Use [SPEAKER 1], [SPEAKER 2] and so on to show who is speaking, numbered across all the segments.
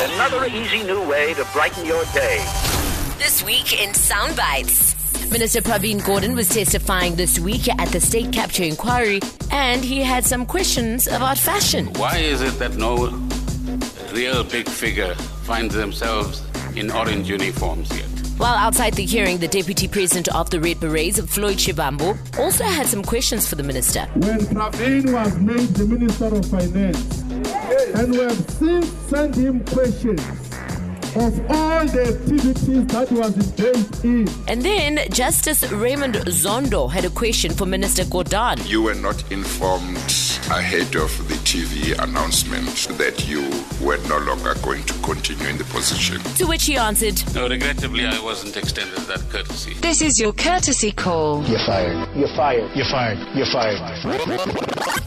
[SPEAKER 1] Another easy new way to brighten your day.
[SPEAKER 2] This week in Soundbites. Minister Praveen Gordon was testifying this week at the state capture inquiry, and he had some questions about fashion.
[SPEAKER 3] Why is it that no real big figure finds themselves in orange uniforms yet?
[SPEAKER 2] While outside the hearing, the deputy president of the Red Berets, Floyd Shibambo, also had some questions for the minister.
[SPEAKER 4] When Praveen was made the Minister of Finance, and we have since sent him questions of all the activities that he was engaged in.
[SPEAKER 2] And then Justice Raymond Zondo had a question for Minister Gordon.
[SPEAKER 5] You were not informed ahead of the TV announcement that you were no longer going to continue in the position.
[SPEAKER 2] To which he answered,
[SPEAKER 3] No, regrettably, I wasn't extended that courtesy.
[SPEAKER 6] This is your courtesy call.
[SPEAKER 7] You're fired. You're fired. You're fired. You're fired.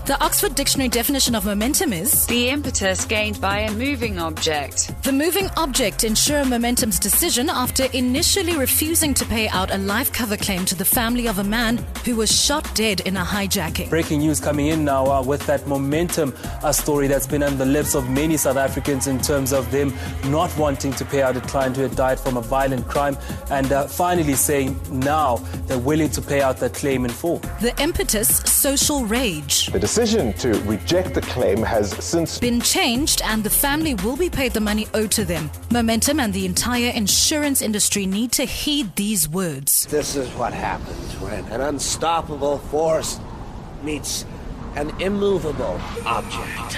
[SPEAKER 8] The Oxford Dictionary definition of momentum is
[SPEAKER 6] The impetus gained by a moving object.
[SPEAKER 8] the moving object ensure momentum's decision after initially refusing to pay out a life cover claim to the family of a man who was shot dead in a hijacking.
[SPEAKER 9] Breaking news coming in now uh, with that momentum, a story that's been on the lips of many South Africans in terms of them not wanting to pay out a client who had died from a violent crime, and uh, finally saying now they're willing to pay out that claim in full.
[SPEAKER 8] The impetus social rage
[SPEAKER 10] The decision to reject the claim has since
[SPEAKER 8] been changed and the family will be paid the money owed to them. Momentum and the entire insurance industry need to heed these words.
[SPEAKER 11] This is what happens when an unstoppable force meets an immovable object.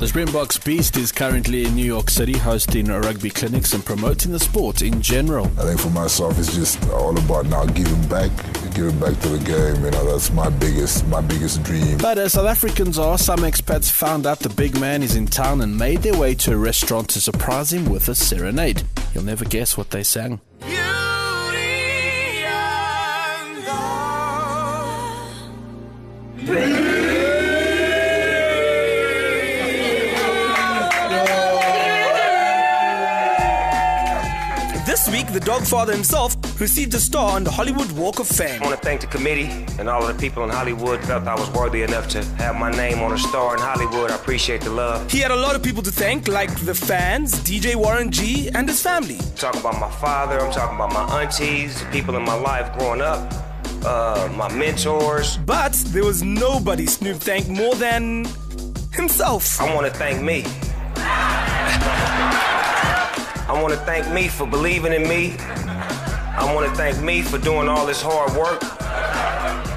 [SPEAKER 12] The Springboks Beast is currently in New York City hosting rugby clinics and promoting the sport in general.
[SPEAKER 13] I think for myself, it's just all about now giving back, giving back to the game. You know, that's my biggest, my biggest dream.
[SPEAKER 12] But as South Africans are, some expats found out the big man is in town and made their way to a restaurant to surprise him with a serenade. You'll never guess what they sang.
[SPEAKER 14] This week, the dog father himself received a star on the Hollywood Walk of Fame.
[SPEAKER 15] I want to thank the committee and all of the people in Hollywood felt I was worthy enough to have my name on a star in Hollywood. I appreciate the love.
[SPEAKER 14] He had a lot of people to thank, like the fans, DJ Warren G, and his family.
[SPEAKER 15] I'm talking about my father, I'm talking about my aunties, the people in my life growing up, uh, my mentors.
[SPEAKER 14] But there was nobody Snoop thanked more than himself.
[SPEAKER 15] I want to thank me. I want to thank me for believing in me. I want to thank me for doing all this hard work.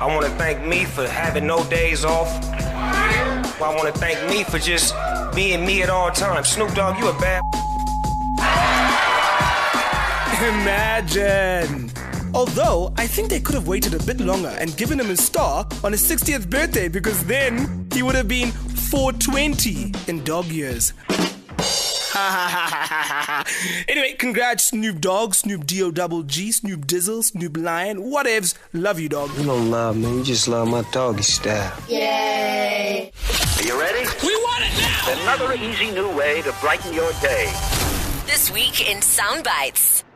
[SPEAKER 15] I want to thank me for having no days off. I want to thank me for just being me at all times. Snoop Dogg, you a bad.
[SPEAKER 14] Imagine. Although, I think they could have waited a bit longer and given him a star on his 60th birthday because then he would have been 420 in dog years. anyway, congrats, Snoop Dogg, Snoop D-O double G, Snoop Dizzle, Snoop Lion, whatevs. Love you, dog.
[SPEAKER 11] You don't love me, you just love my doggy style.
[SPEAKER 1] Are you ready?
[SPEAKER 14] We want it now!
[SPEAKER 1] Another easy new way to brighten your day.
[SPEAKER 2] This week in Soundbites.